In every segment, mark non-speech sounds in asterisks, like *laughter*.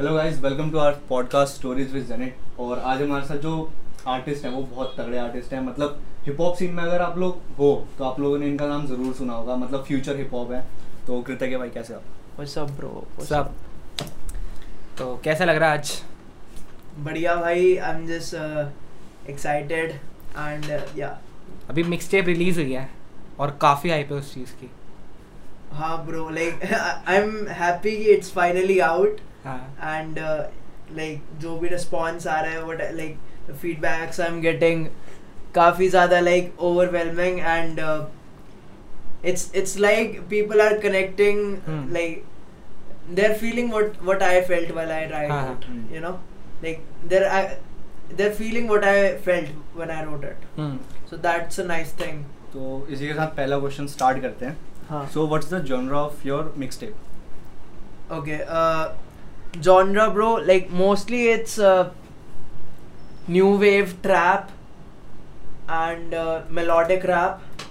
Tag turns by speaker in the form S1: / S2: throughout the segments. S1: Hello guys welcome to our podcast stories with Janet और आज हमारे साथ जो आर्टिस्ट हैं वो बहुत तगड़े आर्टिस्ट हैं मतलब हिप हॉप सीन में अगर आप लोग हो तो आप लोगों ने इनका नाम ज़रूर सुना होगा मतलब फ्यूचर हिप हॉप है तो कृतज्ञ भाई कैसे आप
S2: व्हाट्स अप ब्रो
S3: सब तो कैसा लग रहा है आज
S2: बढ़िया भाई I am just excited and yeah
S3: अभी मिक्स टेप रिलीज हुई है और काफ़ी हाइप है उस चीज़ की
S2: हाँ bro *laughs* like I am happy कि इट्स फाइनली आउट
S3: हाँ
S2: एंड लाइक जो भी रिस्पॉन्स आ रहा है what like feedbacks I am getting काफ़ी ज़्यादा like overwhelming and it's it's like people are connecting
S3: Hmm.
S2: लाइक they're feeling what what I felt while I tried
S3: हाँ,
S2: it,
S1: हाँ.
S2: you know, like they're I, they're feeling what I felt when I wrote it.
S3: Hmm
S2: So that's a nice thing.
S1: तो इसी के साथ पहला question start करते हैं
S2: Huh.
S1: So what is the genre of your mix tape
S2: Okay. Uh, genre, bro. Like mostly it's uh, new wave trap and uh, melodic rap,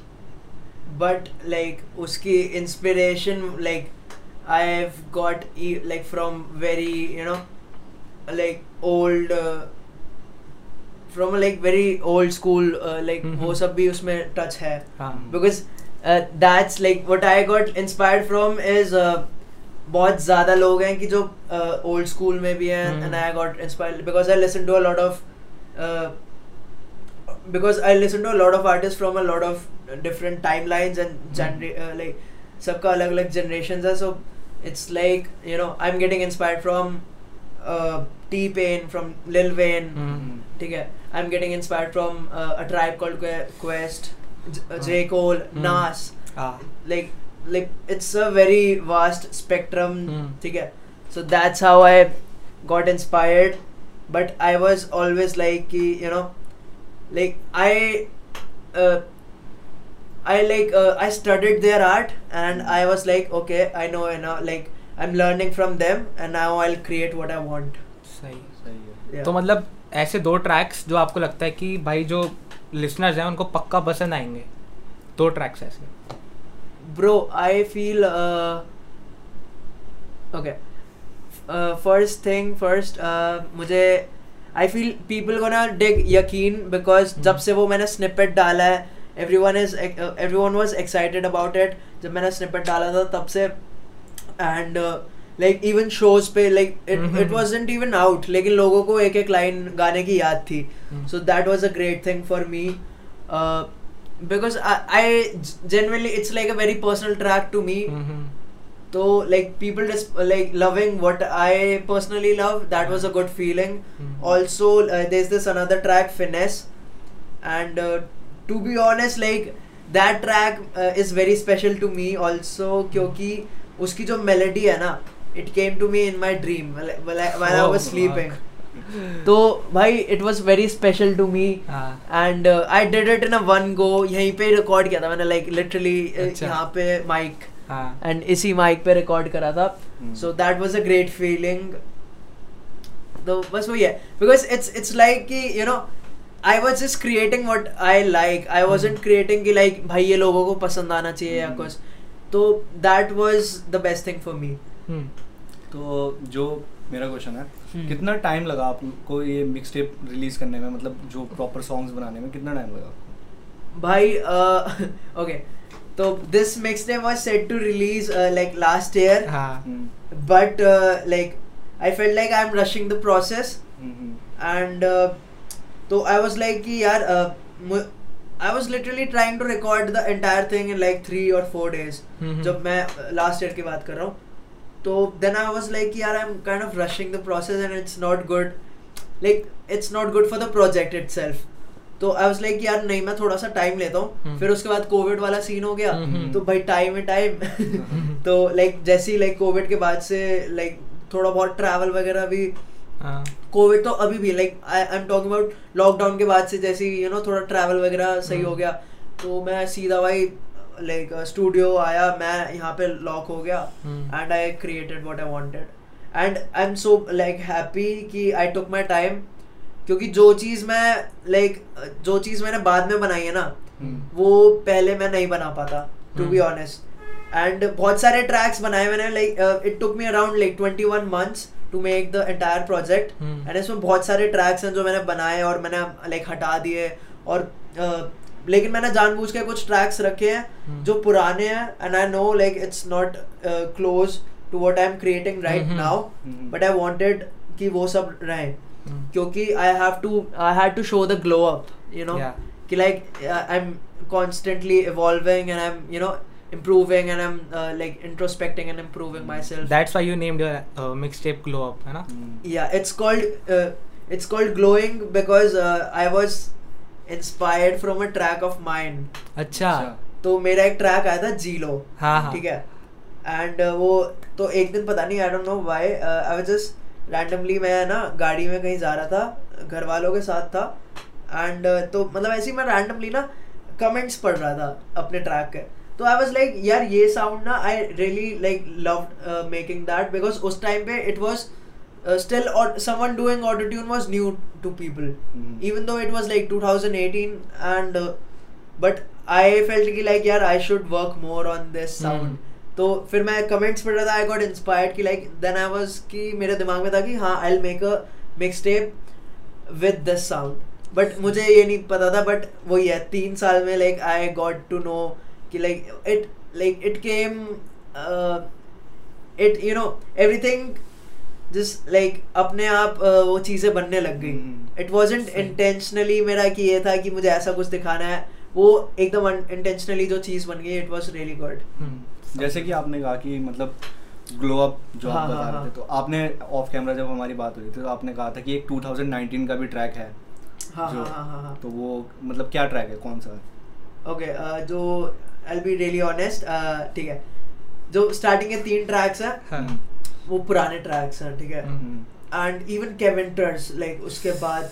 S2: but like uski inspiration like I've got e- like from very you know like old. Uh, from a, like very old school uh, like वो
S3: Mhm.
S2: सब भी उसमें touch है
S3: हाँ
S2: because uh, that's like what I got inspired from is uh, बहुत ज़्यादा लोग हैं कि जो ओल्ड स्कूल में भी हैं
S3: Hmm.
S2: And I got inspired because I listen to a lot of uh, because I listen to a lot of artist from a lot of different time lines and like uh, सबका अलग अलग generation है so it's like you know I am getting inspired from uh, T Pain from Lil Wayne
S3: hmm,
S2: ठीक है I am getting inspired from a Tribe Called Quest J Cole
S3: Hmm.
S2: Nas
S3: हाँ
S2: like like it's a very vast spectrum
S3: Hmm.
S2: ठीक है so that's how I got inspired but I was always like कि you know like I uh, I like uh, I studied their art and I was like okay I know enough like I'm learning from them and now I'll create what I want
S3: सही
S1: सही है
S2: yeah.
S3: तो मतलब ऐसे दो tracks जो आपको लगता है कि भाई जो लिसनर्स हैं उनको पक्का पसंद आएंगे दो ट्रैक्स ऐसे
S2: bro i feel uh okay uh, first thing first uh, मुझे I feel people gonna dig यकीन बिकॉज जब से वो मैंने स्निपेट डाला है uh, everyone is everyone was excited about it जब मैंने स्निपेट डाला था तब से uh, and like even shows पे like it
S3: Mhm.
S2: It was even out लेकिन लोगों को एक एक लाइन गाने की याद थी
S3: Mm.
S2: so that was a great thing for me uh, because I, I generally it's like a very personal track to me
S3: hmm,
S2: so like people just like loving what i personally love that was a good feeling
S3: Mhm.
S2: also uh, there's this another track finesse and uh, to be honest like that track uh, is very special to me also क्योंकि उसकी जो melody है ना it came to me in my dream while, I- while, I- while i
S3: Oh,
S2: was sleeping
S3: fuck.
S2: तो भाई it was very special to me
S3: हाँ
S2: and I did it in a one go यहीं पे record किया था मैंने like literally
S3: अच्छा।
S2: यहाँ पे माइक
S3: हाँ
S2: एंड इसी माइक पे रिकॉर्ड करा था
S1: Hmm.
S2: So that was a great feeling तो बस वही है बिकॉज इट्स इट्स लाइक कि you know I was just creating what I like I was
S3: Hmm.
S2: Creating कि लाइक भाई ये लोगों को पसंद आना चाहिए या
S1: Hmm.
S2: कुछ तो that was the best thing for me
S3: hmm,
S1: तो जो मेरा क्वेश्चन है
S2: Hmm.
S1: कितना टाइम लगा आपको ये मिक्स टेप रिलीज करने में मतलब जो प्रॉपर सॉन्ग्स बनाने में कितना टाइम लगा आपको
S2: भाई *laughs* ओके तो दिस मिक्स ने was set to release like last year
S3: हाँ
S1: hmm,
S2: but uh, like i felt like i'm rushing the process
S1: hmm, hmm,
S2: and uh, so i was like कि यार uh, मु- i was literally trying to record the entire thing in like three or four days
S3: hmm,
S2: जब मैं last year की बात कर रहा हूँ तो देन आई वाज लाइक यार I am kind of rushing the process and it's not good like it's not good for the project itself तो आई वाज लाइक यार नहीं मैं थोड़ा सा टाइम लेता हूँ
S3: हम्म।
S2: फिर उसके बाद कोविड वाला सीन हो गया
S3: हम्म।
S2: तो भाई टाइम है टाइम
S1: Hmm.
S2: तो लाइक जैसे ही लाइक कोविड के बाद से लाइक थोड़ा बहुत ट्रैवल वगैरह भी
S3: हाँ
S2: कोविड तो अभी भी like I I am talking about lockdown के बाद से जैसे यू नो थोड़ा ट्रैवल वगैरह सही हो
S3: हम्म।
S2: गया तो मैं सीधा भाई लाइक स्टूडियो आया मैं यहाँ पे लॉक हो गया
S3: hmm.
S2: And I created what I wanted and I am so like happy कि आई टुक माय टाइम क्योंकि जो चीज़ मैं लाइक जो चीज़ मैंने बाद में बनाई है ना
S1: हम्म,
S2: वो पहले मैं नहीं बना पाता to be
S3: hmm.
S2: uh, honest and बहुत सारे ट्रैक्स बनाए मैंने like it took me around like 21 months to make the entire project
S3: Hmm.
S2: And इसमें बहुत सारे ट्रैक्स हैं जो मैंने बनाए और मैंने लाइक हटा दिए और अ, लेकिन मैंने जानबूझ के कुछ ट्रैक्स रखे हैं
S3: Hmm.
S2: जो पुराने हैं and I know like it's not close to what I am creating right
S3: Mhm.
S2: Now
S1: Mhm.
S2: But I wanted कि वो सब रहें
S3: Hmm.
S2: क्योंकि I have to I had to show the glow up you know
S3: Yeah.
S2: कि uh, like I am constantly evolving and I am you know improving and i'm uh, like introspecting and improving myself
S3: That's why you named your uh, mixtape Glow Up, है ना?
S1: हम्म।
S2: yeah it's called uh, it's called glowing because uh, i was inspired from a track of mine
S3: अच्छा
S2: तो मेरा एक track आया था जीलो
S3: हाँ, हाँ.
S2: ठीक है एंड वो तो एक दिन पता नहीं I don't know why I was just randomly मैं ना गाड़ी में कहीं जा रहा था घर वालों के साथ था एंड तो मतलब ऐसे ही मैं रैंडमली ना कमेंट्स पढ़ रहा था अपने ट्रैक के तो आई वाज लाइक यार ये साउंड ना I really like loved making that because उस टाइम पे it was still or someone doing autotune was new to people
S1: Mhm.
S2: Mm-hmm. even though it was like 2018 and uh, but i felt कि like यार i should work more on this sound तो फिर मैं comments पढ़ रहा था I got inspired कि like then I was कि मेरे दिमाग में था कि हाँ I make a mix tape with this sound but मुझे ये नहीं पता था बट वही है तीन साल में like I got to know कि like it like it came uh, it you know everything जिस लाइक अपने आप uh, वो चीज़ें बनने लग
S1: हम्म।
S2: गई इट वॉजेंट इंटेंशनली मेरा कि ये था कि मुझे ऐसा कुछ दिखाना है वो एकदम इंटेंशनली जो चीज़ बन गई it was really good
S3: Hmm.
S1: जैसे कि आपने कहा कि मतलब ग्लो अप जो
S2: हाँ,
S1: आप बता
S2: हाँ,
S1: रहे थे
S2: हाँ।
S1: तो आपने ऑफ कैमरा जब हमारी बात हुई थी तो आपने कहा था कि एक 2019 का भी ट्रैक है
S2: हाँ
S1: जो-
S2: हाँ हाँ हाँ हाँ
S1: तो वो मतलब क्या ट्रैक है कौन सा है
S2: ओके uh, जो I be really honest uh, ठीक है जो स्टार्टिंग के तीन ट्रैक्स हैं
S3: हाँ.
S1: हम्म,
S2: वो पुराने ट्रैक्स हैं ठीक है
S3: hmm.
S1: Hmm,
S2: and even Keventers like उसके बाद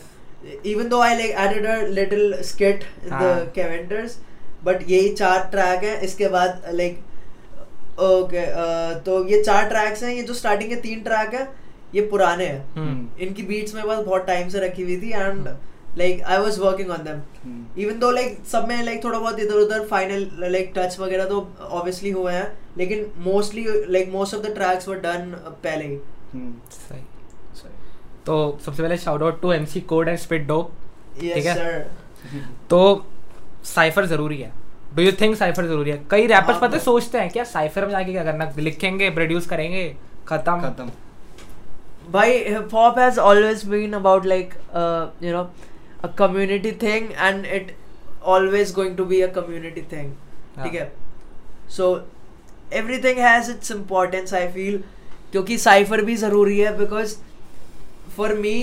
S2: even though I like added a little skit the
S3: हाँ.
S2: केवेंटर्स बट यही चार ट्रैक हैं इसके बाद लाइक ओके तो ये चार ट्रैक्स हैं ये जो स्टार्टिंग के तीन ट्रैक हैं ये पुराने हैं
S3: Hmm.
S2: इनकी बीट्स मेरे पास बहुत टाइम से रखी हुई थी and
S3: Hmm.
S2: Like I was working on them
S1: Hmm.
S2: Even though like सब में लाइक थोड़ा बहुत इधर उधर फाइनल लाइक टच वगैरह तो ऑब्वियसली हुए हैं लेकिन mostly like most of the tracks were done uh, पहले ही
S1: हम्म,
S3: सही
S1: सही।
S3: तो सबसे पहले shout out to MC Kode and Spit Dope ठीक
S2: यस
S3: है।
S2: सर
S3: तो साइफर जरूरी है डू यू थिंक साइफर जरूरी है कई रैपर्स
S2: हाँ,
S3: पता है
S2: bro.
S3: सोचते हैं क्या साइफर में जाके क्या करना लिखेंगे प्रोड्यूस करेंगे खत्म
S1: खत्म
S2: Bhai, hip hop has always been about like uh, you know a community thing, and it always going to be a community thing.
S3: Yeah.
S2: ठीक है? So everything has its importance. I feel क्योंकि cipher भी ज़रूरी है because for me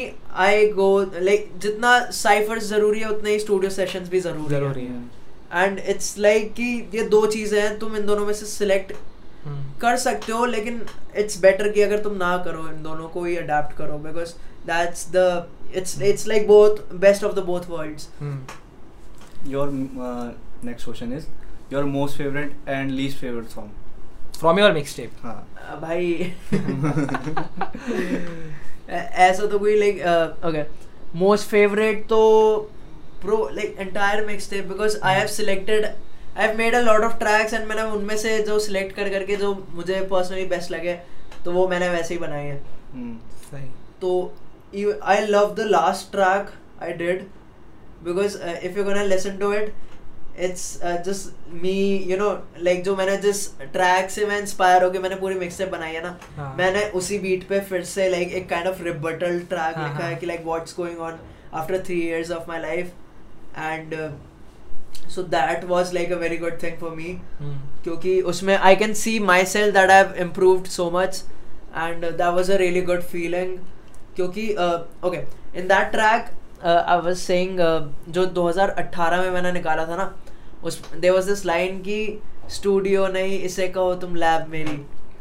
S2: I go like जितना ciphers ज़रूरी है उतने ही studio sessions भी ज़रूरी है.
S3: जरूरी
S1: हम्म।
S3: है
S2: And it's like कि ये दो चीज़ें हैं तुम इन दोनों में से select
S3: Hmm.
S2: कर सकते हो लेकिन इट्स बेटर कि अगर तुम ना करो इन दोनों को ही अडेप्ट करो because that's the it's it's like both best of the both worlds
S3: Hmm.
S1: Your uh, next question is your most favourite and least favourite song
S3: from your mixtape
S2: *laughs*
S1: हाँ हम्म,
S2: भाई ऐ- ऐसा तो कोई लाइक ओके मोस्ट फेवरेट तो pro like entire mix थे because I have selected I have made a lot of tracks and मैंने उनमें से जो सिलेक्ट कर करके जो मुझे पर्सनली बेस्ट लगे तो वो मैंने वैसे ही बनाए हैं
S1: हम्म,
S3: सही
S2: So तो you, I love the last track I did because uh, if you're gonna listen to it, it's uh, just me, you know, like जो मैंने जिस track से मैं inspire होके मैंने पूरी mixtape बनाई है ना,
S3: हाँ।
S2: मैंने उसी beat पे फिर से like एक kind of rebuttal track
S3: हाँ,
S2: लिखा है
S3: हाँ।
S2: कि like what's going on after three years of my life, and uh, so that was like a very good thing for me.
S3: Hmm.
S2: क्योंकि उसमें I can see myself that I have improved so much and that was a really good feeling क्योंकि uh, okay in that track I was saying uh, जो 2018 में मैंने निकाला था ना उस देयर वाज दिस लाइन की studio नहीं इसे कहो तुम लैब मेरी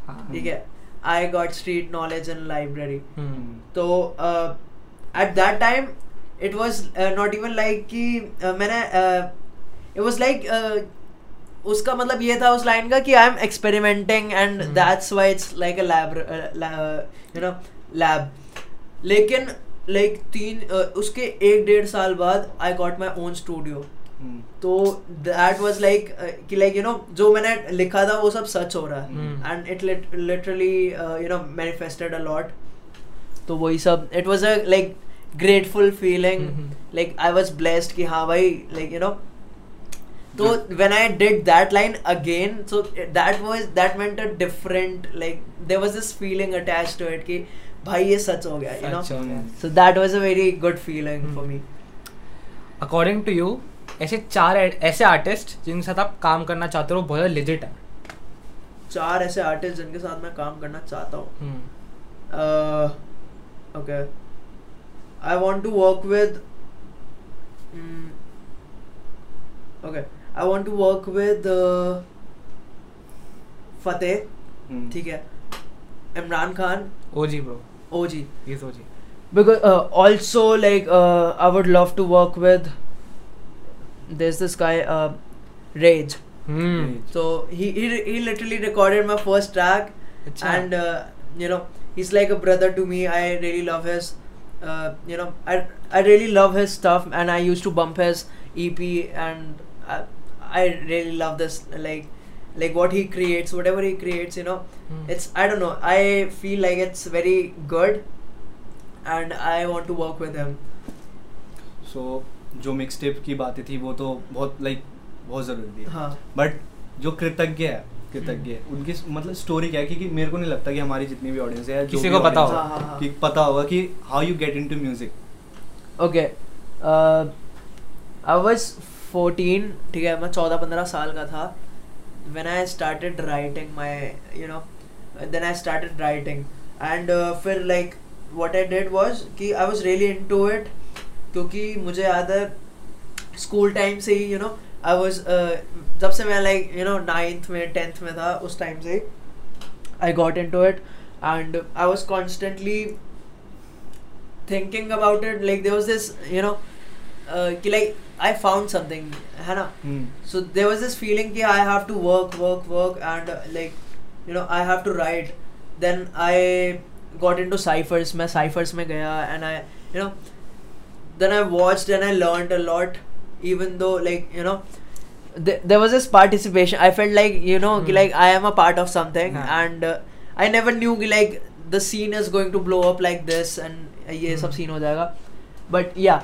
S3: हाँ।
S2: ठीक है I got street knowledge in library
S3: Hmm.
S2: तो at that time it was not even like कि uh, मैंने इट वॉज लाइक uh, उसका मतलब ये था उस लाइन का कि I am experimenting and
S3: Hmm.
S2: That's why it's like a lab you know lab लेकिन लाइक तीन uh, उसके एक डेढ़ साल बाद I got my own studio
S1: hmm,
S2: तो दैट वाज लाइक uh, कि लाइक यू नो जो मैंने लिखा था वो सब सच हो रहा है
S3: Hmm.
S2: uh, and it literally you know manifested a lot तो वही सब it was a like grateful feeling
S3: hmm.
S2: Like I was blessed कि हाँ भाई लाइक यू नो तो
S1: Good.
S2: when I did that line again, so that was that meant a different like there was this feeling attached to it कि भाई ये सच हो गया you know
S3: सच हो गया।
S2: so that was a very good feeling for
S3: Hmm.
S2: me
S3: according to you ऐसे चार ऐ- ऐसे आर्टिस्ट जिनके साथ आप काम करना चाहते हो वो बहुत लेजिट है
S2: चार ऐसे आर्टिस्ट जिनके साथ मैं काम करना चाहता हूँ
S3: हम्म।
S2: uh, okay i want to work with mm, okay i want to work with uh, fateh
S1: Hmm.
S2: ठीक है इमरान खान
S3: ओ जी ब्रो
S2: ओ जी
S3: ये तो O G
S2: because uh, also like uh, i would love to work with there's this guy uh, rage hmm.
S3: Hmm.
S2: so he, he he literally recorded my first track
S3: अच्छा
S2: and uh, you know he's like a brother to me i really love his uh, you know I, I really love his stuff and i used to bump his ep and i, I really love this like like what he creates whatever he creates you know
S3: Hmm.
S2: it's i don't know i feel like it's very good and i want to work with him
S1: so जो mix tape की बातें थी वो तो बहुत like बहुत ज़रूरी है
S2: हाँ.
S1: बट जो कृतज्ञ है कृतज्ञ है उनकी स- मतलब स्टोरी क्या है क्योंकि मेरे को नहीं लगता कि हमारी जितनी भी ऑडियंस है या जो
S3: किसी
S1: भी
S3: को पता
S1: audience
S2: होगा।
S1: है,
S2: हाँ, हाँ, हाँ।
S1: कि पता होगा कि how you get into music
S2: okay uh, i was 14 ठीक है मैं 14 15 साल का था when i started writing my you know then i started writing and uh, फिर like what i did was कि i was really into it क्योंकि मुझे याद है स्कूल टाइम से ही you know I was uh, जब से मैं लाइक यू नो नाइन्थ में टेंथ में था उस टाइम से I got into it and I was constantly thinking about it like there was this you know कि लाइक आई फाउंड समथिंग है ना
S3: hmm.
S2: so there was this feeling ki i have to work work work and uh, like you know i have to write then i got into ciphers मैं ciphers में गया and i you know then i watched and i learned a lot even though like you know th- there was this participation i felt like you know कि
S3: Hmm.
S2: like i am a part of something
S3: हाँ.
S2: and uh, i never knew कि like the scene is going to blow up like this and uh, ये सब
S3: Hmm.
S2: scene हो जाएगा but या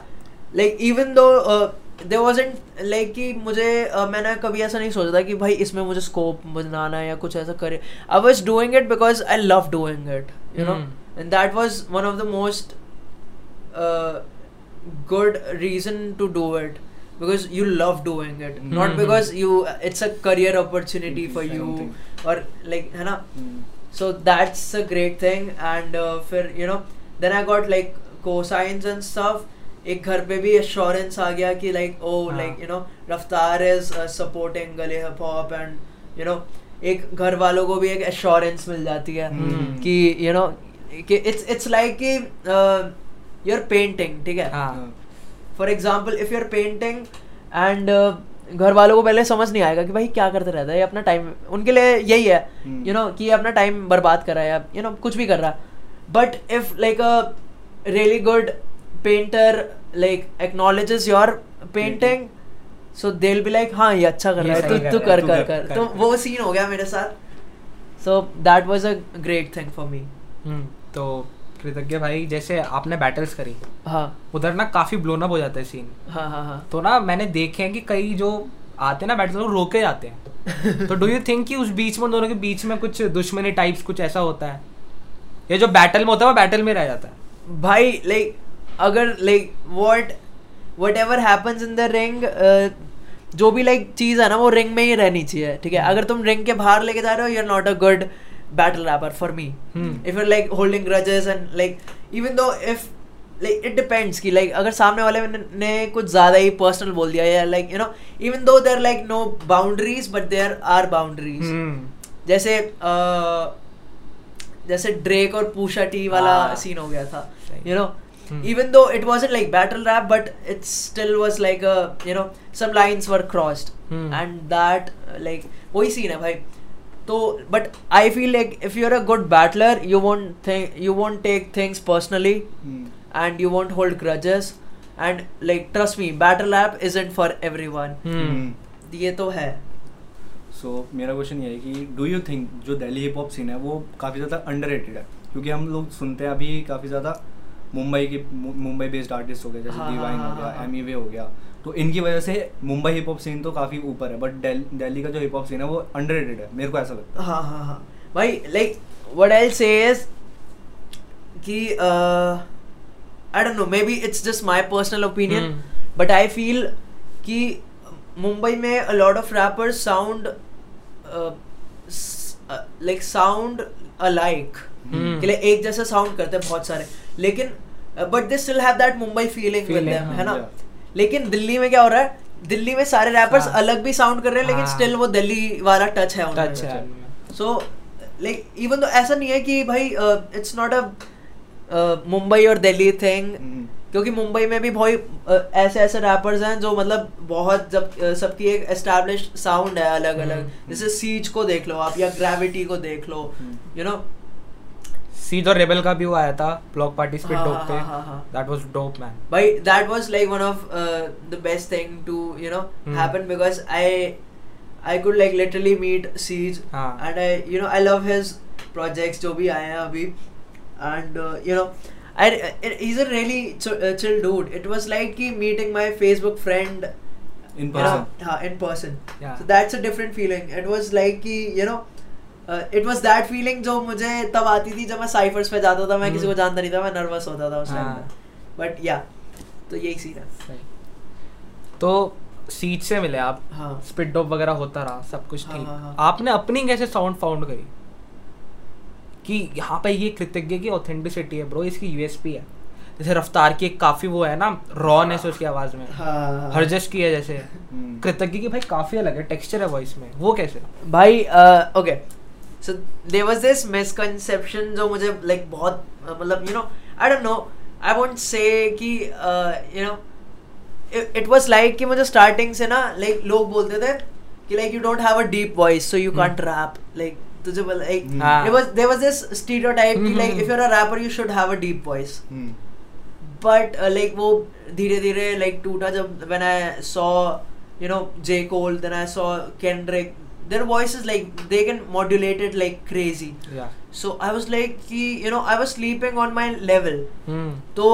S2: like even though there was like कि मुझे uh, मैंने कभी ऐसा नहीं सोचा था कि भाई इसमें मुझे स्कोप बनाना है या कुछ ऐसा करे I was doing it because I love doing it you know
S3: Hmm.
S2: And that was one of the most uh, good reason to do it because you love doing it not
S3: Hmm.
S2: because you it's a career opportunity for
S1: I
S2: you
S1: don't
S2: or like है ना
S1: hmm.
S2: so that's a great thing and uh, फिर you know then I got like cosines and stuff एक घर पे भी assurance आ गया कि like oh
S3: हाँ.
S2: like you know रफ्तार is uh, supporting गले hip hop and you know एक घर वालों को भी एक assurance मिल जाती है
S1: हम्म।
S2: कि you know कि it's it's like कि uh, you're painting ठीक है
S3: हाँ
S2: for example if you are painting and घर वालों uh, को पहले समझ नहीं आएगा कि भाई क्या करते रहता है ये अपना टाइम उनके लिए यही है you
S3: hmm.
S1: Hmm.
S2: Know you know, कि ये अपना टाइम बर्बाद कर रहा है यू नो कुछ भी कर रहा है but if like a really good painter like acknowledges your painting so they be like हाँ ये अच्छा कर
S3: ये
S2: रहा है
S3: सही
S2: तू
S3: कर
S2: तू
S3: रहा है,
S2: कर
S1: तू कर,
S2: कर कर
S3: कर,
S2: तो
S3: कर।
S2: वो सीन हो गया मेरे साथ so that was a great thing for me
S3: hmm, तो कृतज्ञ भाई जैसे आपने बैटल्स करी
S2: हाँ
S3: उधर ना काफी ब्लोन अप हो जाता है सीन
S2: हाँ हाँ हाँ
S3: तो ना मैंने देखे हैं कि कई जो आते हैं ना बैटल वो रोके जाते हैं तो डू यू थिंक कि उस बीच में उन दोनों के बीच में कुछ दुश्मनी टाइप्स कुछ ऐसा होता है ये जो बैटल में होता है वो बैटल में रह जाता है
S2: भाई लाइक अगर like what whatever happens in the ring uh, जो भी लाइक चीज़ है ना वो रिंग में ही रहनी चाहिए ठीक है अगर तुम रिंग के बाहर लेके जा रहे हो you are not a good battle rapper for me
S1: hmm.
S3: Hmm.
S2: If you're like holding grudges and like even though if like it depends कि like अगर सामने वाले ने, ने कुछ ज़्यादा ही पर्सनल बोल दिया या like you know even though there like no boundaries but there are boundaries
S3: हम्म,
S2: जैसे अह, जैसे ड्रेक और पूषा टी वाला
S3: हाँ।
S2: सीन हो गया था
S3: सही।
S2: You
S3: Hmm.
S2: Know even though it was like battle rap but it still was like you know some lines were crossed
S3: Hmm.
S2: And that like वही सीन है भाई तो but I feel like if you are a good battler you won't you won't take things personally
S1: hmm.
S2: and you won't hold grudges and like trust me battle app isn't for everyone
S3: hmm,
S2: ये तो है
S1: so मेरा question ये है कि do you think जो Delhi hip hop scene है वो काफ़ी ज़्यादा अंडर है क्योंकि हम लोग सुनते हैं अभी काफ़ी ज़्यादा मुंबई की मु- मुंबई बेस्ड आर्टिस्ट हो गए जैसे
S2: हाँ,
S1: डिवाइन
S2: हाँ,
S1: हो
S2: हाँ,
S1: गया
S2: हाँ।
S1: एमी वे हो गया तो इनकी वजह से मुंबई हिप हॉप सीन तो काफ़ी ऊपर है बट दिल्ली का जो हिप हॉप सीन है वो अंडर है मेरे को ऐसा लगता है
S2: हाँ हाँ हाँ भाई like what I say is कि uh, I don't know maybe it's just my personal opinion
S3: Hmm.
S2: But I feel कि मुंबई में a lot of rappers sound uh, like sound alike
S3: Hmm.
S2: कि like एक जैसा sound करते हैं बहुत सारे लेकिन uh, but they still have that Mumbai feeling with
S3: Feeling,
S2: them
S3: हाँ,
S2: है ना
S1: yeah.
S2: लेकिन दिल्ली में क्या हो रहा है दिल्ली में सारे रैपर्स
S3: हाँ।
S2: अलग भी साउंड कर रहे हैं लेकिन
S3: हाँ।
S2: स्टिल वो दिल्ली वाला टच है उनमें
S3: टच है
S2: सो लाइक इवन तो ऐसा नहीं है कि भाई uh, it's not a Mumbai uh, और दिल्ली थिंग
S1: हम्म।
S2: क्योंकि मुंबई में भी भाई uh, ऐसे ऐसे रैपर्स हैं जो मतलब बहुत जब uh, सबकी एक एस्टैब्लिश साउंड है अलग अलग
S3: हम्म।
S2: जैसे सीज को देख लो आप या ग्रेविटी को देख लो
S1: हम्म।
S2: यू नो
S3: सीज और रेबल का भी वो आया था ब्लॉक पार्टी स्पीड
S2: हाँ,
S3: डोप
S2: हाँ,
S3: पे
S2: हाँ, हाँ।
S3: That was dope man
S2: But that was like one of uh, the best thing to you know
S3: Hmm.
S2: happen because I I could like literally meet Siege
S3: हाँ.
S2: and I you know I love his projects जो भी आए हैं अभी and uh, you know I it, he's a really ch- uh, chill dude it was like he meeting my Facebook friend
S1: In
S2: you
S1: person.
S2: know, हाँ, in person
S3: Yeah.
S2: so that's a different feeling it was like कि you know uh, it was that feeling जो मुझे तब आती थी जब मैं cyphers पे जाता था मैं किसी को
S3: Hmm.
S2: जानता नहीं था मैं नर्वस होता था उस टाइम
S3: हाँ।
S2: पे बट या तो यही सीन है
S3: तो सीज से मिले आप
S2: हाँ
S3: स्पीड डोप वगैरह होता रहा सब कुछ
S2: हाँ,
S3: ठीक
S2: हाँ, हाँ।
S3: आपने अपनी कैसे साउंड फाउंड करी कि यहाँ पे ये कृतज्ञ की ऑथेंटिसिटी है ब्रो इसकी यूएसपी है जैसे रफ्तार की एक काफी वो है ना रॉनेस है उसकी आवाज में
S2: हाँ।
S3: हरजश की है जैसे
S1: हम्म।
S3: कृतज्ञ की भाई काफी अलग है टेक्सचर है वॉइस में वो कैसे
S2: भाई okay so there was this misconception जो मुझे लाइक like, बहुत अ, मतलब you know I don't know I want say कि you know it was like कि मुझे स्टार्टिंग से ना लाइक like, लोग बोलते थे कि like you don't have a deep voice so you
S3: hmm.
S2: Can't rap like तुझे लाइक
S3: हाँ।
S2: it was there was this stereotype कि
S3: हम्म,
S2: like
S3: हम्म,
S2: if you're a rapper you should have a deep voice
S1: हम्म।
S2: but uh, like वो धीरे धीरे like टूटा जब when I saw you know J Cole then I saw Kendrick their voices like they can modulate it like crazy
S3: या
S2: so I was like कि you know I was sleeping on my level
S3: hmm
S2: तो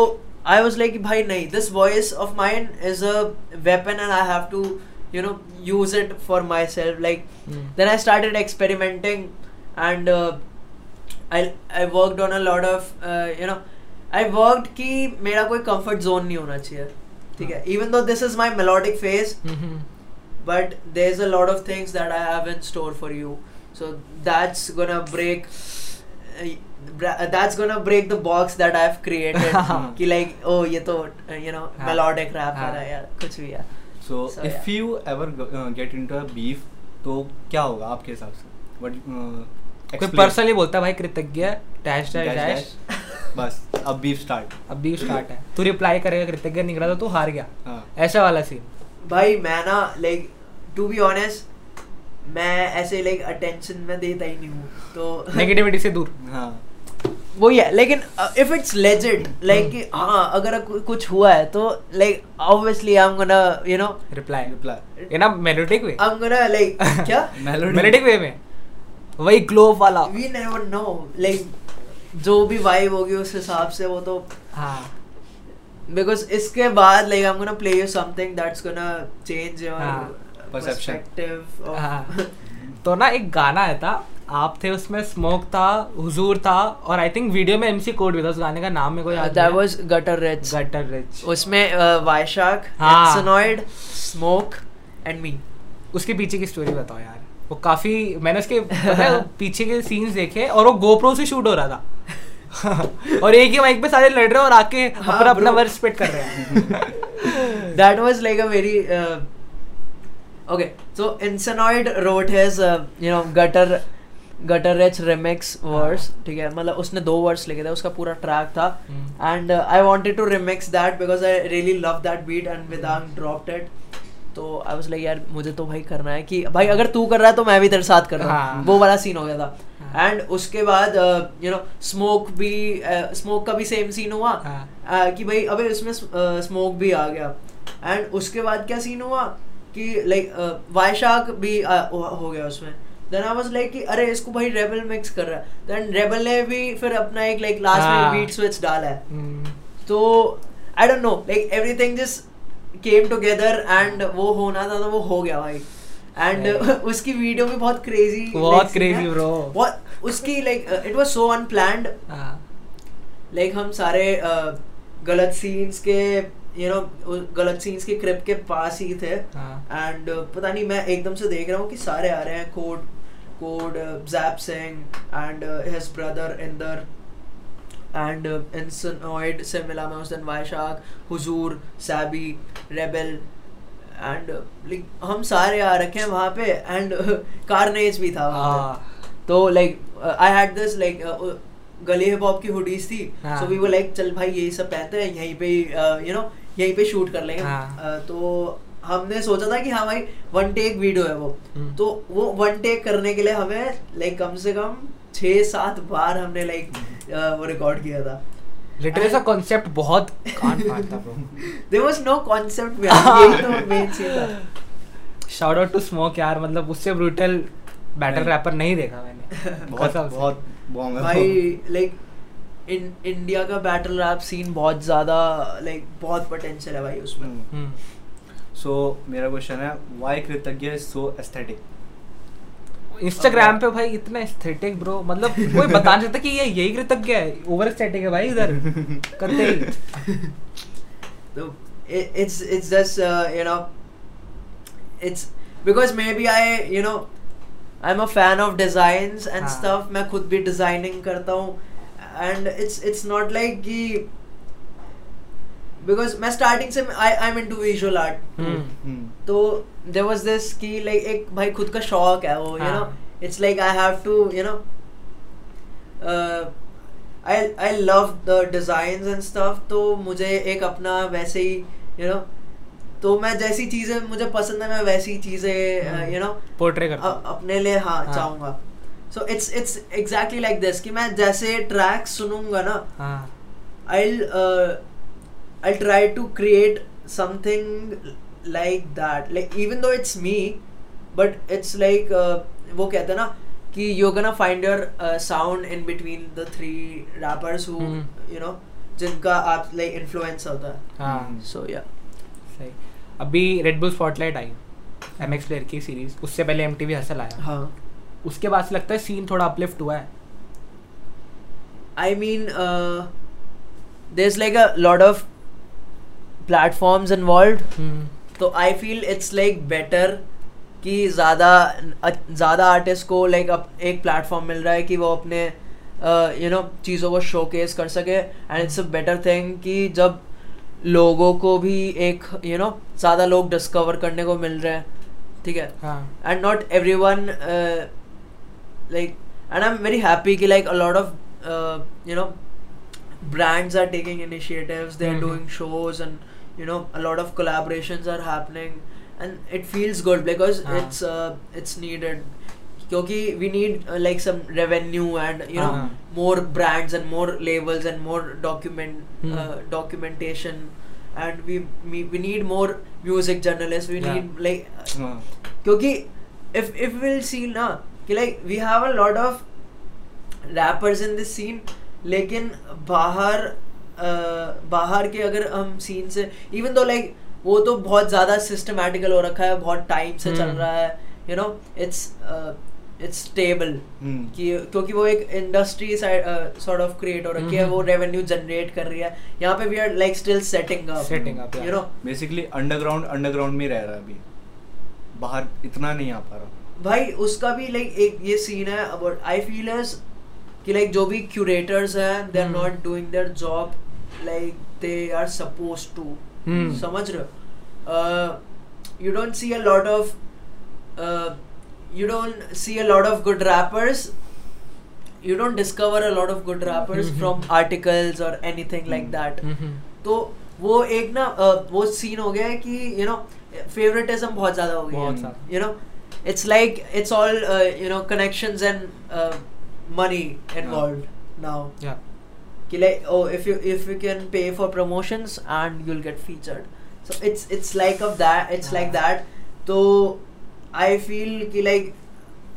S2: I was like भाई नहीं this voice of mind is a weapon and I have to you know use it for myself like
S3: Hmm.
S2: Then I started experimenting and I I worked on a lot of you know I worked कि मेरा कोई comfort zone नहीं होना चाहिए ठीक
S3: हाँ।
S2: है even though this is my melodic phase but there's a lot of things that I have in store for you. So that's gonna break. uh, bra- uh, that's gonna break the box that I've created.
S3: *laughs*
S2: कि like oh ये तो uh, you know
S3: हाँ.
S2: melodic rap
S3: हाँ.
S2: है ना यार कुछ भी यार.
S1: So
S2: So,
S1: if
S2: yeah.
S1: You ever get into a beef तो क्या होगा आपके हिसाब से uh, व्हाट
S3: कोई पर्सनली बोलता है भाई कृतज्ञ डैश डैश डैश
S1: बस अब बीफ
S2: *laughs*
S1: स्टार्ट
S3: अब भी स्टार्ट है तू रिप्लाई करेगा कृतज्ञ निकला तो तू हार गया
S1: हाँ
S3: ऐसा वाला सीन
S2: *laughs* भाई मैं ना like to be honest मैं ऐसे like attention में देता ही नहीं हूँ तो *laughs*
S3: नेगेटिविटी से दूर
S1: हाँ
S2: वो ही है लेकिन uh, if it's legend
S3: Hmm.
S2: Like कि हाँ अगर कु- कुछ हुआ है तो like obviously I am gonna you know
S3: reply
S1: reply
S3: ये ना melodic way
S2: I am gonna like
S3: *laughs*
S2: क्या
S1: मेलोडी
S3: मेलोडिक वे में वही ग्लोव वाला
S2: वी नेवर नो लाइक जो भी वाइब होगी उस हिसाब से वो तो
S3: हाँ
S2: बिकॉज इसके बाद like I am gonna play you something that's gonna change
S3: हाँ,
S2: योर
S1: perception.
S2: पर्सपेक्टिव
S3: हाँ। तो ना एक गाना आया था आप थे उसमें स्मोक था हुजूर था और आई थिंक वीडियो में एमसी कोड भी था उस गाने का
S2: *laughs*
S3: नाम मेरे को याद
S2: that was gutter reds
S3: gutter rich
S2: उसमें वायशाक
S3: हाँ।
S2: एनसनॉइड स्मोक एंड मी
S3: उसके पीछे की स्टोरी बताओ यार वो काफी मैंने उसके पता है,
S2: *laughs*
S3: वो पीछे के सीन्स देखे और वो गोप्रो से शूट हो रहा था *laughs* और एक ही माइक पे सारे लड़ रहे हैं और आके
S2: हाँ,
S3: अपना अपना
S2: bro.
S3: वर्क स्प्लिट कर रहे हैं
S2: *laughs* that was like a very uh, okay so insanoid wrote his uh, you know gutter gutter rich remix verse
S3: हाँ।
S2: ठीक है मतलब उसने दो वर्स लिखे थे उसका पूरा track था
S3: हम्म।
S2: and uh, I wanted to remix that because I really love that beat and
S3: hmm.
S2: Vedang dropped it तो आई वाज लाइक यार मुझे तो भाई करना है कि भाई अगर तू कर रहा है तो मैं भी तेरे साथ कर रहा हूँ
S3: हाँ।
S2: वो वाला सीन हो गया था
S3: हाँ।
S2: एंड उसके बाद uh, यू नो स्मोक भी स्मोक का भी सेम सीन हुआ
S3: हाँ।
S2: आ, कि भाई अबे इसमें स्मोक भी आ गया एंड उसके बाद क्या सीन हुआ कि लाइक वायशाक भी आ, हो हो गया उसमें देन आई वाज लाइक कि अरे इसको भाई रेबल मिक्स कर रहा है देन रेबल ने भी फिर अपना एक लाइक लास्ट
S3: हाँ।
S2: में बीट स्विच डाला है
S3: हम्म।
S2: तो I don't know like everything just came together and वो होना था तो वो हो गया भाई
S3: Yeah.
S2: एंड *laughs* उसकी वीडियो भी बहुत क्रेजी
S3: बहुत crazy, bro.
S2: बहुत उसकी like it was so unplanned
S3: हाँ।
S2: लाइक हम सारे uh, गलत सीन्स के यू you नो गलत सीन्स के क्रिप के पास ही थे
S3: हाँ।
S2: एंड पता नहीं मैं एकदम से देख रहा हूँ कि सारे आ रहे हैं code code JAP Singh and his brother Inder and इंसनॉइड से मिला मैं उस दिन Vaishakh Huzoor Saby Rebel and like हम सारे आ रखे हैं वहाँ पे एंड कार्नेज भी था वहाँ पे
S3: हाँ।
S2: तो like I had this like uh, गले हिप हॉप की हुडीज थी
S3: हाँ।
S2: सो वी वर लाइक चल भाई यही सब पहनते हैं यहीं पे यू नो यहीं पे शूट कर लेंगे
S3: हाँ।
S2: अ, तो हमने सोचा था कि हाँ भाई वन टेक वीडियो है वो
S3: हम्म।
S2: तो वो वन टेक करने के लिए हमें लाइक कम से कम छः सात बार हमने लाइक वो रिकॉर्ड किया था
S3: लिटरली
S2: अरे-
S3: सा कॉन्सेप्ट बहुत कान फाड़ता
S1: *laughs*
S3: bro
S2: there was no concept यही तो मेन चीज था
S3: शाउट आउट टू स्मोक यार मतलब उससे ब्रूटल बैटल
S1: नहीं।
S3: रैपर नहीं देखा
S1: *laughs*
S3: मैंने
S1: बहुत
S3: कसम से।
S1: बहुत बॉन्ग है
S2: भाई लाइक इन इंडिया का बैटल रैप सीन बहुत ज़्यादा लाइक बहुत पोटेंशियल है भाई उसमें
S3: हम्म।
S1: सो मेरा क्वेश्चन है why Kritagya is so aesthetic
S3: Instagram पे भाई इतना एस्थेटिक ब्रो मतलब कोई बता नहीं सकता कि ये यही कृतज्ञ है ओवर एस्थेटिक है भाई
S1: *laughs*
S3: इधर करते ही
S2: the it, it's it's just uh, you know it's because maybe I you know I'm a fan of designs and
S3: हाँ.
S2: stuff मैं खुद भी designing करता हूँ and it's it's not like कि because मैं starting से I I'm into visual art
S3: hmm.
S2: तो there was this कि like एक भाई खुद का शौक है वो you
S3: हाँ.
S2: know it's like I have to you know uh, I I love the designs and stuff तो मुझे एक अपना वैसे ही you know तो मैं जैसी चीजें मुझे पसंद है मैं वैसी चीजें uh, you know
S3: पोर्ट्रे करता
S2: अ-
S3: हूँ।
S2: अपने लिए हाँ
S3: हाँ.
S2: चाहूंगा so it's it's exactly like this कि मैं जैसे ट्रैक सुनूंगा ना
S3: हाँ
S2: I'll uh, I'll try to create something like that. Like even though it's me, but it's like uh, वो कहते हैं ना कि you're gonna find your uh, sound in between the three rappers who
S3: Hmm.
S2: you know जिनका आप like influence होता है.
S3: हाँ
S2: So yeah.
S3: सही अभी रेड बुल स्पॉटलाइट आई एम एक्स प्लेयर की सीरीज उससे पहले एम टी वी हसल आया
S2: हाँ.
S3: उसके बाद से लगता है सीन थोड़ा अपलिफ्ट हुआ है
S2: I mean, uh, there's like a lot of platforms involved. तो I feel it's like better कि ज़्यादा ज़्यादा आर्टिस्ट को लाइक अब एक प्लेटफॉर्म मिल रहा है कि वो अपने यू नो चीज़ों को शोकेस कर सके and it's a better thing कि जब लोगों को भी एक यू नो ज़्यादा लोग डिस्कवर करने को मिल रहे हैं ठीक है
S3: हाँ
S2: and not everyone uh, like and i'm very happy ki, like a lot of uh, you know brands are taking initiatives they're
S3: Mhm.
S2: doing shows and you know a lot of collaborations are happening and it feels good because
S3: हाँ.
S2: it's uh, it's needed क्योंकि we need uh, like some revenue and you know
S3: हाँ.
S2: more brands and more labels and more document
S3: Hmm.
S2: uh, documentation and we, we we need more music journalists we
S3: Yeah.
S2: need like
S1: हाँ,
S2: क्योंकि if if will see ना कि like we have a lot of rappers in this scene लेकिन बाहर अ, बाहर के अगर हम सीन से इवन दो लाइक वो तो बहुत ज़्यादा सिस्टमेटिकल हो रखा है बहुत टाइम से चल
S3: हम्म।
S2: रहा है you know it's it's stable
S1: hmm.
S2: कि क्योंकि वो एक इंडस्ट्री सॉर्ट ऑफ क्रिएट हो रखी है
S3: हम्म।
S2: वो रेवेन्यू जनरेट कर रही है यहाँ पे we are like still setting up
S3: Setting up, yeah.
S2: you know
S1: basically underground underground में रह रहा है अभी बाहर इतना नहीं आ पा रहा
S2: भाई उसका भी लाइक एक ये सीन है अबाउट आई फील इज कि लाइक जो भी क्यूरेटर्स हैं they are
S3: Hmm.
S2: Not doing their job like they are suppose to
S3: Hmm.
S2: समझ Uh, रहे you don't see a lot of you don't see a lot of good rappers you don't discover a lot of good rappers
S3: Mhm.
S2: from articles or anything like
S1: Hmm.
S2: that
S3: hmm.
S2: तो वो एक ना अ, वो scene हो गया है कि you know favouritism बहुत ज्यादा हो
S3: बहुत
S2: गया
S3: ज्यादा।
S2: You know it's like it's all you know connections and money involved now
S3: Yeah.
S2: कि like oh if you if you can pay for promotions and you will get featured so it's it's like of that it's like
S3: हाँ।
S2: That तो I feel कि like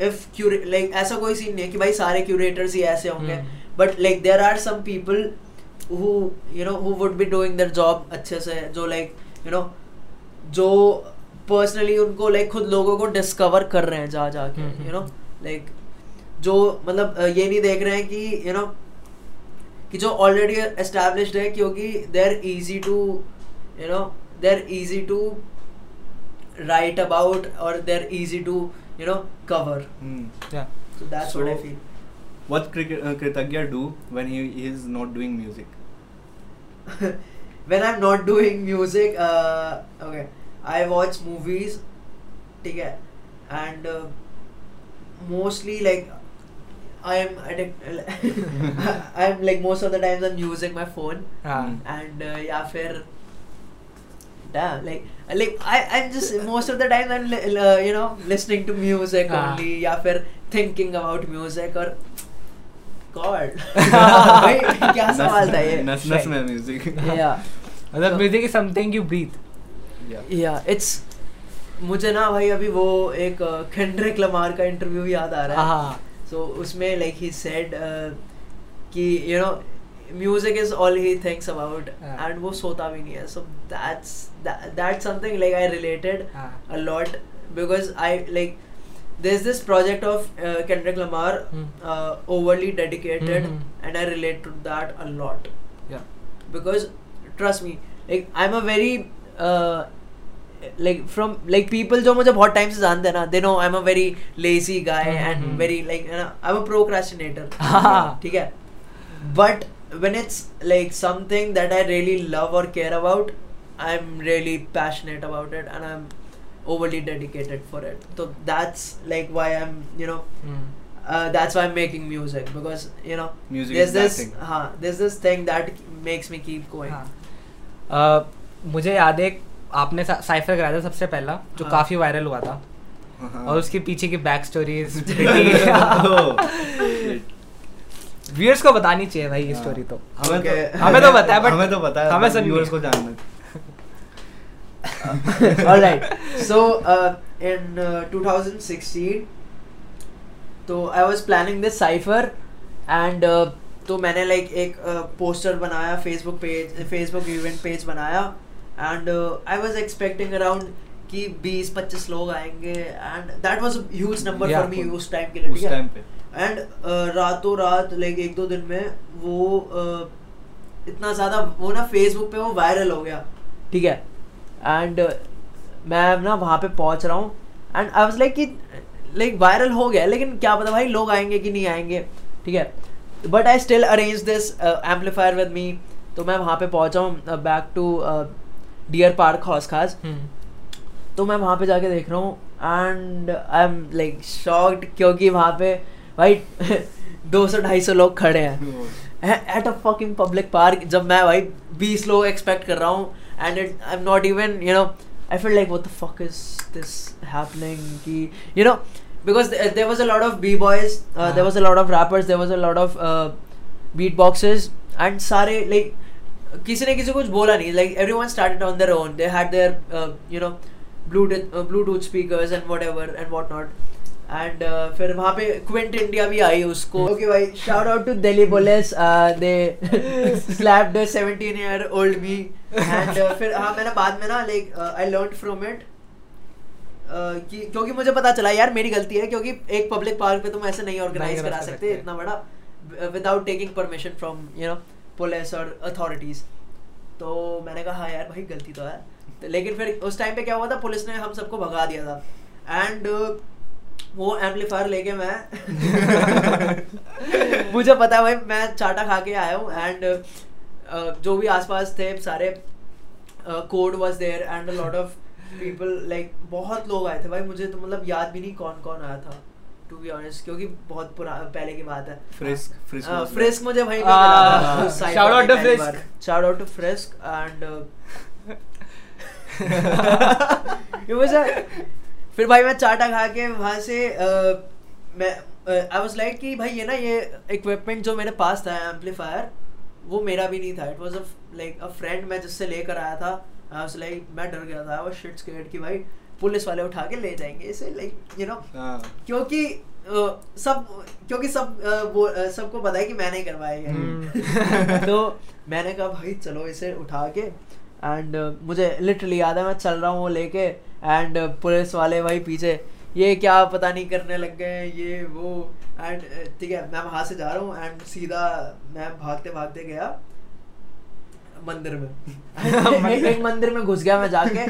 S2: if like ऐसा कोई scene नहीं है कि भाई सारे क्यूरेटर्स ही ऐसे होंगे
S3: हम्म।
S2: But like there are some people who you know who would be doing their job अच्छे से जो लाइक यू नो जो पर्सनली उनको लाइक खुद लोगों को डिस्कवर कर रहे हैं जा जा के
S3: hmm,
S2: you know
S3: hmm.
S2: Like जो मतलब अ, ये नहीं देख रहे हैं कि यू you नो know, कि जो ऑलरेडी एस्टैब्लिश्ड है क्योंकि they are easy to you know they are easy to write about और they are easy to you know cover
S3: Yeah.
S2: So that's what I
S1: So-
S2: feel
S1: hmm. What cricket, uh, Kritagya do when he, he is not doing music?
S2: *laughs* when I'm not doing music, uh, okay, I watch movies, ठीक है, and uh, mostly like I am *laughs* addicted. I am like most of the times I'm using my phone
S3: हाँ
S2: and uh, yeah, fair. Damn, like like I I'm just most of the time I'm li- uh, you know listening to music
S3: हाँ.
S2: only, या फिर thinking about music और God, *laughs* भाई क्या
S1: Nas-
S2: सवाल था ये?
S1: Nas nas में music.
S2: Yeah. तो-
S3: मतलब music is something you breathe
S1: Yeah.
S2: या इट्स मुझे ना भाई अभी वो एक केंड्रिक लमार का इंटरव्यू याद आ रहा है
S3: हाँ
S2: सो उसमें लाइक ही सेड uh, कि you know music is all he thinks about
S3: हाँ।
S2: एंड वो सोता भी नहीं है so that's that's something like I related
S3: हाँ।
S2: A lot because I like there's this project of uh, Kendrick Lamar
S3: Hmm.
S2: uh, overly dedicated
S3: Mhm.
S2: and I relate to that a lot
S3: या
S2: because trust me like i'm a very uh, like from like people जो मुझे बहुत time से जानते हैं ना they know i'm a very lazy guy and
S3: Mhm.
S2: very like you know, i'm a procrastinator
S3: हाँ।
S2: ठीक है but when it's like something that i really love or care about i'm really passionate about it and i'm overly dedicated for it so that's like why i'm you know
S3: hmm.
S2: uh, that's why I'm making music because you know
S1: Music is
S2: there's this
S1: that thing.
S2: हाँ, there's this thing that makes me keep going.
S3: हाँ। अ, मुझे याद है एक आपने cipher कराया था सबसे पहला जो
S2: हाँ।
S3: काफी वायरल हुआ था
S1: Uh-huh.
S3: और उसके पीछे की back
S2: *laughs*
S3: stories
S1: *laughs* Oh, shit.
S3: Viewers हाँ। को बतानी चाहिए भाई ये
S1: हाँ।
S3: स्टोरी
S2: *laughs*
S3: तो
S1: हमें
S2: Okay.
S1: तो
S3: हमें तो पता है, but-
S1: हमें तो पता है
S3: हमें
S1: but
S3: सब-
S1: viewers को जानना है।
S2: All right. So uh, in uh, 2016, तो I was planning this cipher and uh, तो मैंने like एक पोस्टर बनाया Facebook page Facebook event page बनाया and uh, I was expecting around कि 20-25 लोग आएंगे and that was a huge number
S3: Yeah,
S2: for me
S1: cool.
S2: उस टाइम के लिए
S1: *laughs* उस
S2: ठीक है?
S1: टाइम पे
S2: एंड रातों रात लाइक uh, एक दो दिन में वो uh, इतना ज़्यादा वो ना फेसबुक पे वो वायरल हो गया ठीक है एंड मैं ना वहाँ पे पहुँच रहा हूँ एंड आई वाज लाइक कि लाइक वायरल हो गया लेकिन क्या पता भाई लोग आएंगे कि नहीं आएंगे ठीक है but I still arrange this amplifier with me तो मैं वहाँ पे पहुँचा हूँ uh, back to Deer Park Hauz खास
S3: *laughs*
S2: तो मैं वहाँ पे जाके देख रहा हूँ and I am like shocked क्योंकि वहाँ पे भाई *laughs* दो सौ ढाई सौ लोग खड़े हैं at a fucking public park जब मैं भाई बीस लोग एक्सपेक्ट कर रहा हूँ and it I am not even you know I feel like what the fuck is this happening कि you know because there was a lot of B boys there was a lot of rappers there was a lot of beat boxes and uh, सारे like किसी ने किसी को कुछ बोला नहीं like everyone started on their own they had their you know Bluetooth Bluetooth speakers and whatever and what not and uh, फिर वहाँ पे क्विंट इंडिया भी आई उसको ओके भाई shout out to Delhi police they *laughs* slapped 17 year old me and फिर हाँ मैंने बाद में ना uh, like I learn from it कि क्योंकि मुझे पता चला यार मेरी गलती है क्योंकि एक पब्लिक पार्क पे तुम ऐसे नहीं ऑर्गेनाइज
S3: organize
S2: करा
S3: कर
S2: सकते
S3: सकते।
S2: इतना बड़ा without taking permission from you know police और अथॉरिटीज तो मैंने कहा हाँ यार भाई गलती तो है तो लेकिन फिर उस टाइम पे क्या हुआ था पुलिस ने हम सबको भगा दिया था एंड वो एम्पलीफायर लेके *laughs* मैं मुझे पता है भाई मैं चाटा खा के आया हूँ एंड जो भी आसपास थे सारे uh, code was there and a lot of people like बहुत लोग आए थे भाई मुझे तो मतलब याद भी नहीं कौन कौन आया था टू बी ऑनेस्ट क्योंकि बहुत पुरा पहले की बात है
S1: Frisk- Frisk was there.
S2: हाँ,
S1: हाँ।
S2: Frisk मुझे भाई
S3: Ah, shout out to Frisk.
S2: shout out to Frisk and uh, *laughs* it was a *laughs* फिर भाई मैं चाटा खा के वहाँ से uh, मैं आई वाज लाइक कि भाई ये ना ये इक्विपमेंट जो मेरे पास था एम्पलीफायर वो मेरा भी नहीं था it was a like a friend मैं जिससे लेकर आया था आई वाज लाइक मैं डर गया था आई वाज शिट स्केयर्ड कि भाई पुलिस वाले उठा के ले जाएंगे इसे लाइक यू नो
S1: हाँ
S2: क्योंकि अ, सब क्योंकि सब अ, वो अ, सबको पता है कि मैंने करवाया है *laughs*
S3: हम्म।
S2: तो मैंने कहा भाई चलो इसे उठा के एंड मुझे लिटरली याद है मैं चल रहा हूँ वो लेके एंड पुलिस वाले भाई पीछे ये क्या पता नहीं करने लग गए हैं, ये वो एंड ठीक है मैं वहाँ से जा रहा हूँ एंड सीधा मैं भागते भागते गया मंदिर में एक- एक मंदिर में घुस गया मैं जाके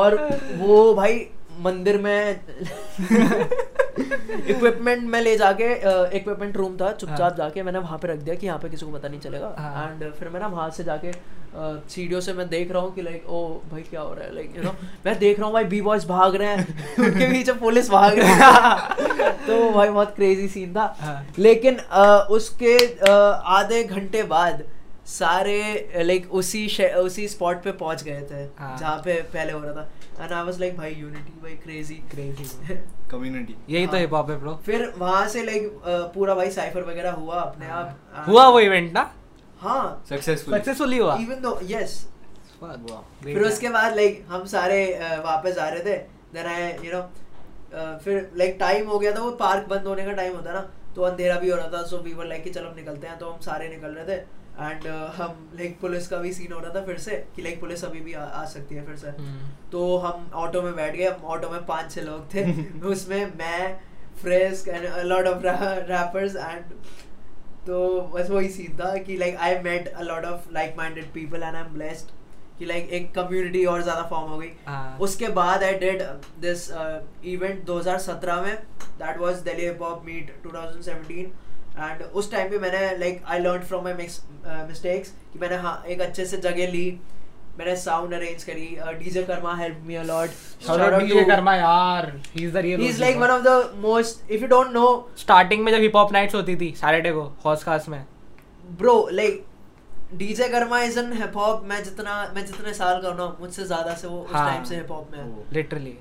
S2: और वो भाई मंदिर में
S3: *laughs*
S2: इक्विपमेंट मैं ले जाके इक्विपमेंट रूम था चुपचाप
S3: हाँ।
S2: जाके मैंने वहाँ पे रख दिया कि यहाँ पे किसी को पता नहीं चलेगा
S3: हाँ।
S2: एंड फिर मैं ना वहाँ से जाके अ, सीढ़ियों से मैं देख रहा हूँ कि लाइक ओ भाई क्या हो रहा है लाइक यू नो मैं देख रहा हूँ भाई बी बॉयज भाग रहे हैं *laughs* उनके पीछे पुलिस भाग रही है *laughs* तो भाई बहुत क्रेजी सीन था
S3: हाँ।
S2: लेकिन अ, उसके अ, आधे घंटे बाद सारे लाइक उसी शे- उसी स्पॉट पे पहुंच गए थे
S3: हाँ।
S2: जहाँ पे पहले हो रहा था एंड आई वाज लाइक भाई यूनिटी भाई क्रेजी
S3: Crazy,
S2: *laughs*
S1: कम्युनिटी
S3: यही तो
S2: हाँ।
S3: हिप हॉप है ब्रो
S2: फिर वहां से लाइक पूरा भाई साइफर वगैरह हुआ अपने आप and-
S3: हाँ। हुआ वो इवेंट ना
S2: हाँ
S1: सक्सेसफुल
S3: सक्सेसफुली हुआ
S2: इवन दो यस
S1: वाह
S2: फिर उसके बाद लाइक हम सारे अ, वापस आ रहे थे देन आई यू नो फिर लाइक टाइम हो गया था वो पार्क बंद होने का टाइम होता ना तो अंधेरा भी हो रहा था सो वी वर लाइक कि चलो हम निकलते हैं तो हम सारे निकल रहे थे एंड हम लाइक पुलिस का भी सीन हो रहा था फिर से कि लाइक पुलिस अभी भी आ, आ सकती है फिर से तो हम ऑटो में बैठ गए हम ऑटो में पांच छह लोग थे उसमें मैं फ्रेस्क and a lot of rappers and तो बस वही सीन था कि like I met a lot of like minded people and I am blessed कि लाइक एक कम्युनिटी और ज़्यादा फॉर्म हो गई
S3: हाँ।
S2: उसके बाद uh, I did this event 2017 में that was Delhi hip hop meet 2017 and उस टाइम पे मैंने like I learn from my mistakes uh, कि मैंने हाँ एक अच्छे से जगह ली मैंने साउंड अरेंज करी uh, DJ Karma help me a lot
S3: DJ Karma यार he is the real
S2: he is like one of the most if you don't know
S3: starting में जब हिप हॉप नाइट्स होती थी सैटरडे को हॉस खास में
S2: bro like DJ Karma is in hip hop मैं जितना मैं जितने साल का हूं ना मुझसे ज्यादा से वो उस
S3: हाँ।
S2: टाइम से हिप हॉप में है
S1: वो।
S3: Literally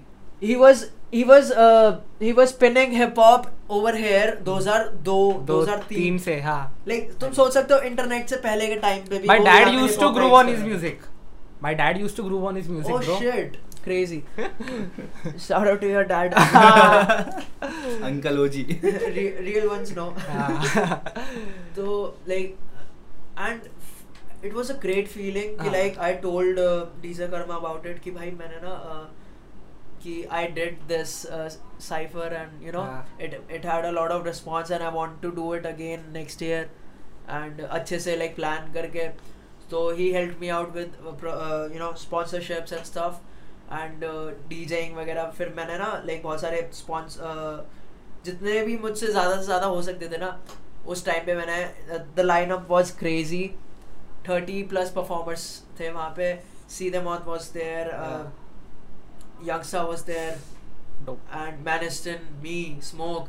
S2: he was he was uh, he was pinning hip hop over here 2002
S3: दो तीन
S2: 2003
S3: से हाँ
S2: लाइक तुम सोच सकते हो इंटरनेट से पहले के टाइम पे भी
S3: माय
S2: वो
S3: डैड
S2: यहाँ पे
S3: used
S2: hip
S3: to
S2: hop
S3: groove
S2: rights
S3: on
S2: कर
S3: हिज
S2: रहे हैं।
S3: Music my dad used to groove on his music
S2: Oh
S3: bro *laughs*
S2: shit, *laughs* crazy. Shout out to your dad.
S3: *laughs*
S2: *laughs*
S1: Uncle OG
S2: Re- real ones know. तो like and f- it was a great feeling कि
S3: हाँ.
S2: like I told uh, DJ Karma about it कि भाई मैंने ना uh, कि I did this uh, cipher and you know
S3: हाँ.
S2: it it had a lot of response and I want to do it again next year and अच्छे से like plan करके so he helped me out with uh, pro, uh, you know sponsorships and stuff and uh, DJing वगैरह फिर मैंने ना like बहुत सारे spons uh, जितने भी मुझसे ज़्यादा से ज़्यादा हो सकते थे ना उस टाइम पे मैंने uh, the line up was crazy thirty plus performers थे वहाँ पे Seedhe Maut was there
S3: Yeah.
S2: Yungsta was there and Maniston, me, Smoke,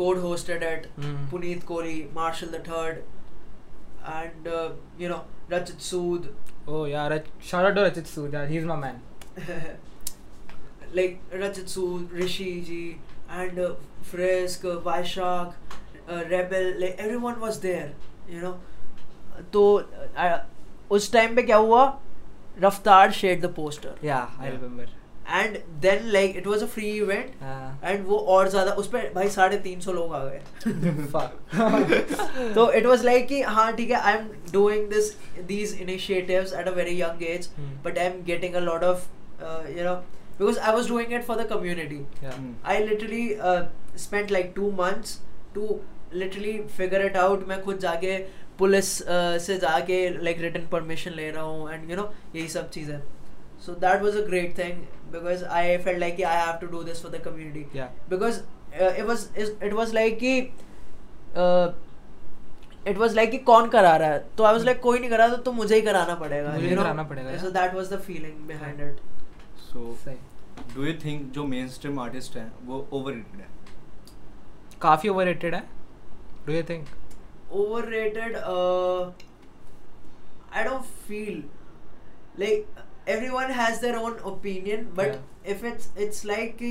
S2: Code hosted it,
S3: Hmm.
S2: Puneet Kohli, Marshall the Third, and uh, you know Rachit Sood.
S3: ओ यार shout out to Rachit Sood यार he is my man
S2: *laughs* like Rachit Sood, Rishi ji, and uh, Frisk, uh, Vaishak, uh, Rebel, like everyone was there, you know. तो uh, उस time पे क्या हुआ Raftaar shared the poster
S3: या I
S1: Yeah.
S3: Remember
S2: and then like it was a free event
S3: *laughs*
S2: and वो और ज्यादा उस पर भाई साढ़े तीन सौ लोग आ गए
S1: *laughs*
S2: तो इट वाज लाइक कि हाँ ठीक है I am doing this these initiatives at a very young age
S3: Hmm.
S2: But I am getting a lot of you know because I was doing it for the community
S1: Hmm.
S2: I literally spent like two months to literally figure it out मैं खुद जाके police uh, से जाके like written permission ले रहा हूँ and you know यही सब चीज़ें so that was a great thing because I felt like I have to do this for the community
S3: Yeah.
S2: Because it was it was like कि uh, it was like कि कौन करा रहा है तो आई वॉज लाइक कोई नहीं करा तो, तो मुझे ही कराना पड़ेगा
S3: मुझे ही कराना पड़ेगा,
S2: so
S3: yeah.
S2: That was the feeling behind it
S1: so
S3: सही
S1: डू यू थिंक जो मेन स्ट्रीम आर्टिस्ट हैं वो ओवररेटेड है
S3: काफी ओवररेटेड है do you think
S2: overrated uh i don't feel like everyone has their own opinion but
S3: Yeah.
S2: if it's it's like कि,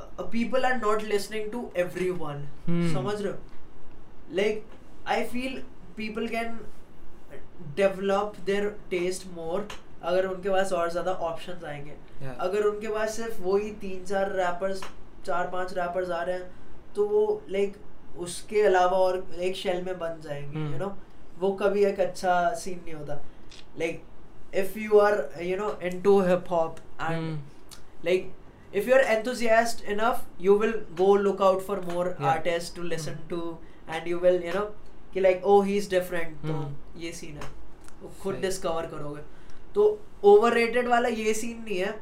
S2: uh, people are not listening to everyone
S3: Hmm.
S2: समझ रहे हो? like i feel people can develop their taste more अगर उनके पास और ज़्यादा options आएंगे
S3: Yeah.
S2: अगर उनके पास सिर्फ वही तीन चार रैपर्स चार पांच रैपर्स आ रहे हैं तो वो लाइक उसके अलावा और एक शेल में बन जाएंगे
S3: Hmm.
S2: यू नो वो कभी एक अच्छा सीन नहीं होता like if you are you know into hip hop
S3: Hmm.
S2: And like if you're enthusiast enough you will go look out for more
S3: Yeah.
S2: artists to listen
S3: Hmm.
S2: to and you will you know कि like oh he's different
S3: Hmm.
S2: तो ये scene है वो खुद
S3: सही।
S2: Discover करोगे तो overrated वाला ये सीन नहीं है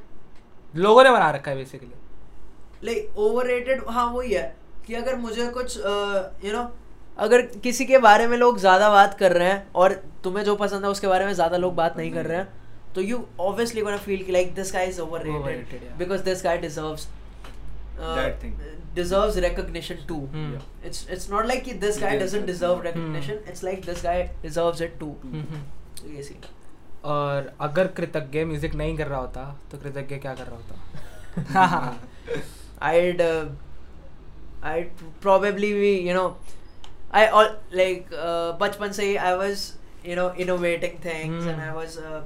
S3: लोगों ने बना रखा है बेसिकली
S2: लाइक ओवररेटेड हाँ वही है कि अगर मुझे कुछ यू नो अगर किसी के बारे में लोग ज़्यादा बात कर रहे हैं और तुम्हें जो पसंद है उसके बारे में ज़्यादा लोग बात नहीं कर रहे हैं तो यू ऑब्वियसली गोना फील कि like this guy is
S3: Overrated,
S2: overrated
S3: yeah.
S2: Because this guy deserves
S1: That thing.
S2: uh, deserves recognition too
S3: Hmm.
S1: Yeah.
S2: it's it's not like कि this guy
S1: Yeah,
S2: doesn't
S1: that's
S2: deserve
S1: not-
S2: recognition
S3: Hmm.
S2: it's like this guy deserves it too
S3: hmm.
S2: तो ये scene
S3: और अगर कृतज्ञ music नहीं कर रहा होता तो कृतज्ञ क्या कर रहा *laughs* होता
S2: I'd uh, I'd probably be you know I all like uh, बचपन से ही I was you know innovating things and
S3: Hmm.
S2: I was uh,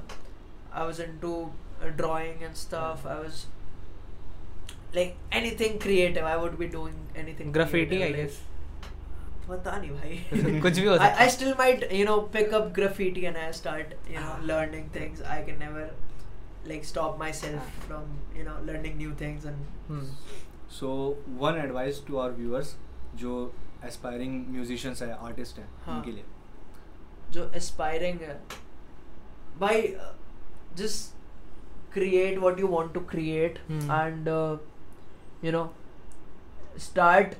S2: I was into uh, drawing and stuff
S3: Hmm.
S2: I was like anything creative I would be doing anything
S3: graffiti I
S2: creative, like,
S3: guess
S2: पता नहीं भाई
S3: *laughs* कुछ भी
S2: *laughs*
S3: हो
S2: I,
S3: सकता
S2: I still might you know pick up graffiti and I start you know
S3: Ah.
S2: learning things. I can never like stop myself
S3: Ah. Hmm.
S2: from you know learning new things and
S3: hmm.
S1: So one advice to our viewers जो aspiring musicians हैं artist हैं
S2: हाँ।
S1: उनके लिए
S2: जो aspiring है भाई uh, just create what you want to create
S3: Hmm.
S2: and uh, you know start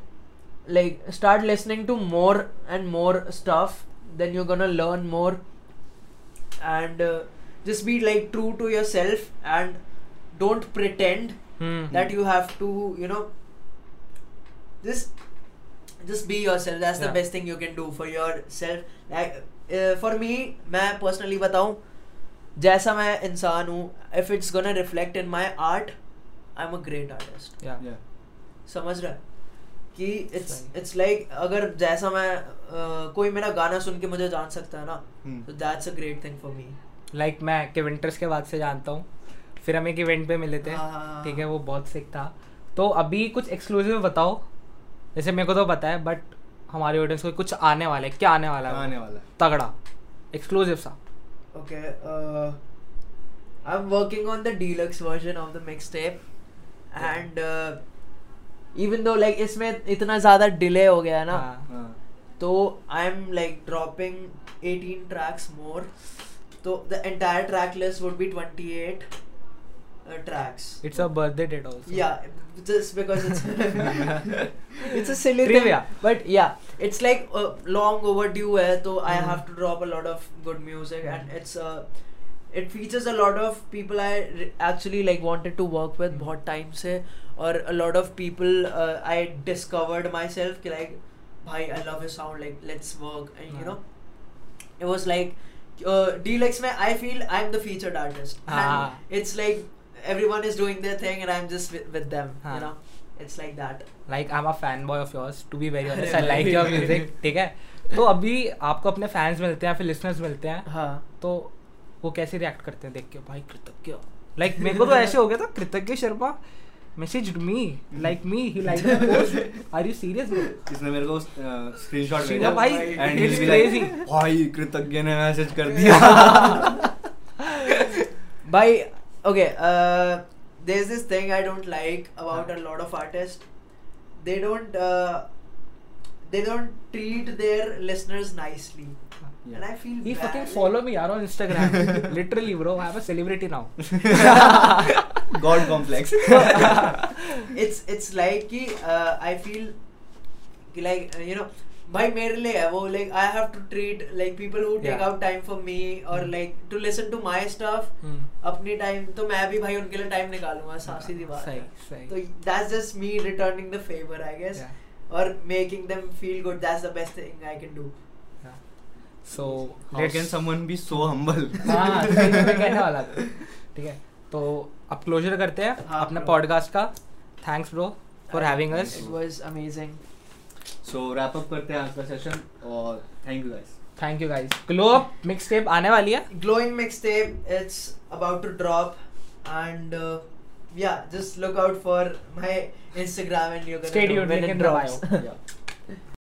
S2: like start listening to more and more stuff then you're gonna learn more and uh, just be like true to yourself and don't pretend
S3: hmm.
S2: that you have to you know just just be yourself that's the
S3: Yeah.
S2: best thing you can do for yourself like uh, for me मैं personally बताऊं जैसा मैं इंसान हूँ if it's gonna reflect in my art I'm a great artist
S3: Yeah.
S1: Yeah.
S2: समझ रहा है? कि इट्स
S3: Right.
S2: इट्स लाइक अगर जैसा मैं uh, कोई मेरा गाना सुन के मुझे जान सकता है ना
S3: हम्म।
S1: Hmm.
S2: तो that's a great thing for me
S3: like मैं के विंटर्स के बाद से जानता हूँ फिर हम एक इवेंट पे मिले थे
S2: हाँ।
S3: ठीक है वो बहुत सिक था तो अभी कुछ एक्सक्लूसिव बताओ जैसे मेरे को तो पता है बट हमारे ऑडियंस को कुछ आने वाला है क्या आने वाला है वो?
S1: आने वाला है
S3: तगड़ा एक्सक्लूसिव सा
S2: Okay, uh, I'm working on the deluxe version of the mixtape, and uh, even though like इसमें इतना ज़्यादा delay हो गया है ना,
S3: हाँ।
S1: हाँ।
S2: तो I'm like dropping 18 tracks more. So the entire track list would be 28 uh, tracks.
S3: It's a birthday date also
S2: Yeah, just because it's
S1: हाँ।
S3: *laughs*
S1: *laughs*
S2: it's *laughs* a silly
S3: Trivia.
S2: thing, but yeah, it's like uh, long overdue. है, तो I
S3: Hmm.
S2: have to drop a lot of good music, and it's uh, it features a lot of people I re- actually like wanted to work with
S3: Hmm.
S2: बहुत time से, और a lot of people uh, I discovered myself कि like भाई I love your sound, like let's work, and you
S3: हाँ.
S2: know, it was like. Uh, Deluxe में I feel I'm the featured artist.
S3: हाँ.
S2: And it's like everyone is doing their thing and I'm just with, with them.
S3: हाँ.
S2: You know, it's like that.
S3: Like I am a fan boy of yours to be very
S2: अरे
S3: honest I like
S2: भाई।
S3: Your music ठीक है तो अभी आपको अपने fans मिलते हैं या फिर लिसनर्स मिलते हैं
S2: हाँ
S3: तो वो कैसे रिएक्ट करते हैं देख के भाई कृतज्ञ लाइक मेरे को तो ऐसे हो गया था Kritagya Sharma message me like me he like are you serious
S1: इसने मेरे को स्क्रीनशॉट
S3: Shila
S1: भेजा
S3: भाई,
S1: एंड
S3: it's
S1: ही
S3: crazy.
S1: भाई कृतज्ञ ने मैसेज
S3: *laughs*
S1: कर दिया
S2: भाई okay uh, there's this thing I don't like about a lot of artists they don't uh, they don't treat their listeners nicely and I feel
S3: he
S2: bad.
S3: Fucking
S2: like-
S3: follow me यार on Instagram literally bro I am a celebrity now
S1: god
S3: *laughs*
S1: complex
S2: it's it's like कि uh, I feel कि like uh, you know भाई मेरे लिए है वो like I have to treat like people who take
S3: Yeah.
S2: out time for me or
S3: Hmm.
S2: like to listen to my stuff
S3: Hmm.
S2: अपनी time तो मैं भी भाई उनके लिए टाइम निकालूंगा साफ सीधी बात
S3: सही,
S2: है।
S3: सही।
S2: तो that's just me returning the favor I guess
S3: Yeah.
S2: or making them feel good that's the best thing I can do
S3: so
S1: how can someone be so humble
S3: *laughs* हाँ सही में मैं
S1: *laughs*
S3: कहने वाला था ठीक है तो अब क्लोजर करते हैं
S2: हाँ,
S3: अपने
S2: bro.
S3: पॉडकास्ट का thanks bro for having us
S2: it was amazing
S3: *laughs*
S1: so wrap up करते हैं आज का सेशन और thank you guys
S3: thank you guys glow up mixtape आने वाली है
S2: glowing mixtape it's about to drop and uh, yeah just look out for my instagram and you're gonna
S3: Stay
S2: know
S3: tuned,
S2: when
S3: link
S2: it
S3: in the
S2: drops
S3: bio.
S1: Yeah.